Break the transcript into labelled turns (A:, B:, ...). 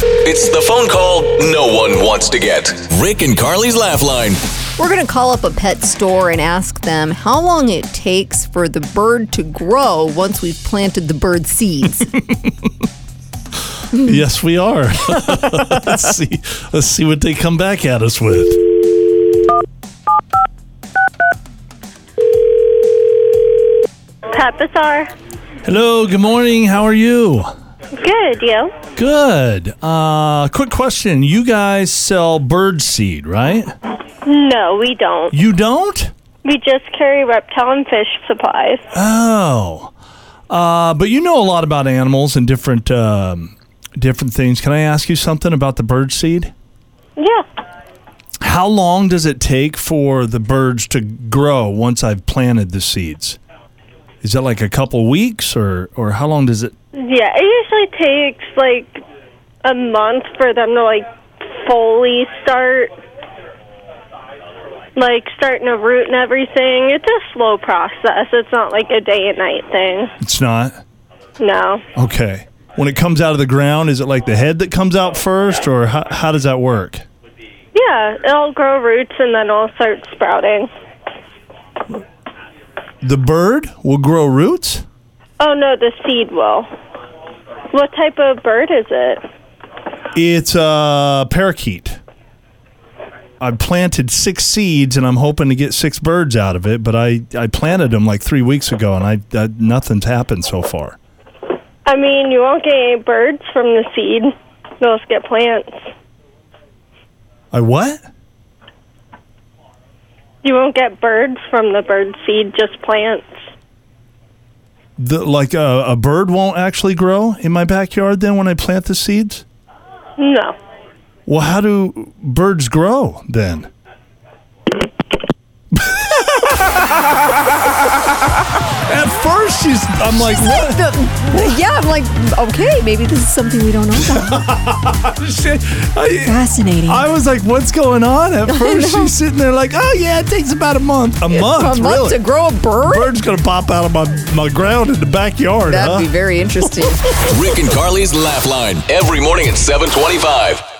A: It's the phone call no one wants to get. Rick and Carly's Laugh Line.
B: We're going to call up a pet store and ask them how long it takes for the bird to grow once we've planted the bird seeds.
C: Yes, we are. let's see. Let's see what they come back at us with.
D: Pet Bazaar.
C: Hello. Good morning. How are you?
D: Good, you?
C: Good. Uh, quick question. You guys sell bird seed, right?
D: No, we don't.
C: You don't?
D: We just carry reptile and fish supplies.
C: Oh. Uh, but you know a lot about animals and different um, different things. Can I ask you something about the bird seed?
D: Yeah.
C: How long does it take for the birds to grow once I've planted the seeds? Is that like a couple weeks or or how long does it
D: Yeah, it usually takes like a month for them to like fully start like starting to root and everything. It's a slow process. It's not like a day and night thing.
C: it's not?
D: No.
C: Okay. When it comes out of the ground, is it like the head that comes out first or how, how does that work?
D: Yeah, it'll grow roots and then it'll start sprouting.
C: The bird will grow roots?
D: Oh no, the seed will. What type of bird is it?
C: It's a parakeet. I planted six seeds and I'm hoping to get six birds out of it, but I, I planted them like three weeks ago and I, I nothing's happened so far.
D: I mean, you won't get any birds from the seed. You'll just get plants.
C: I what?
D: You won't get birds from the bird seed, just plants.
C: The, like uh, a, a bird won't actually grow in my backyard then when I plant the seeds?
D: No.
C: Well, how do birds grow then? At first, she's, I'm like, what?
B: The- yeah, I'm like, okay, maybe this is something we don't know about.
C: I,
B: Fascinating.
C: I was like, what's going on? At first, she's sitting there like, oh, yeah, it takes about a month. A month,
B: From
C: really?
B: to grow a bird?
C: Bird's going to pop out of my, my ground in the backyard,
B: That'd
C: huh?
B: be very interesting.
A: Rick and Carly's Laugh Line. Every morning at 725.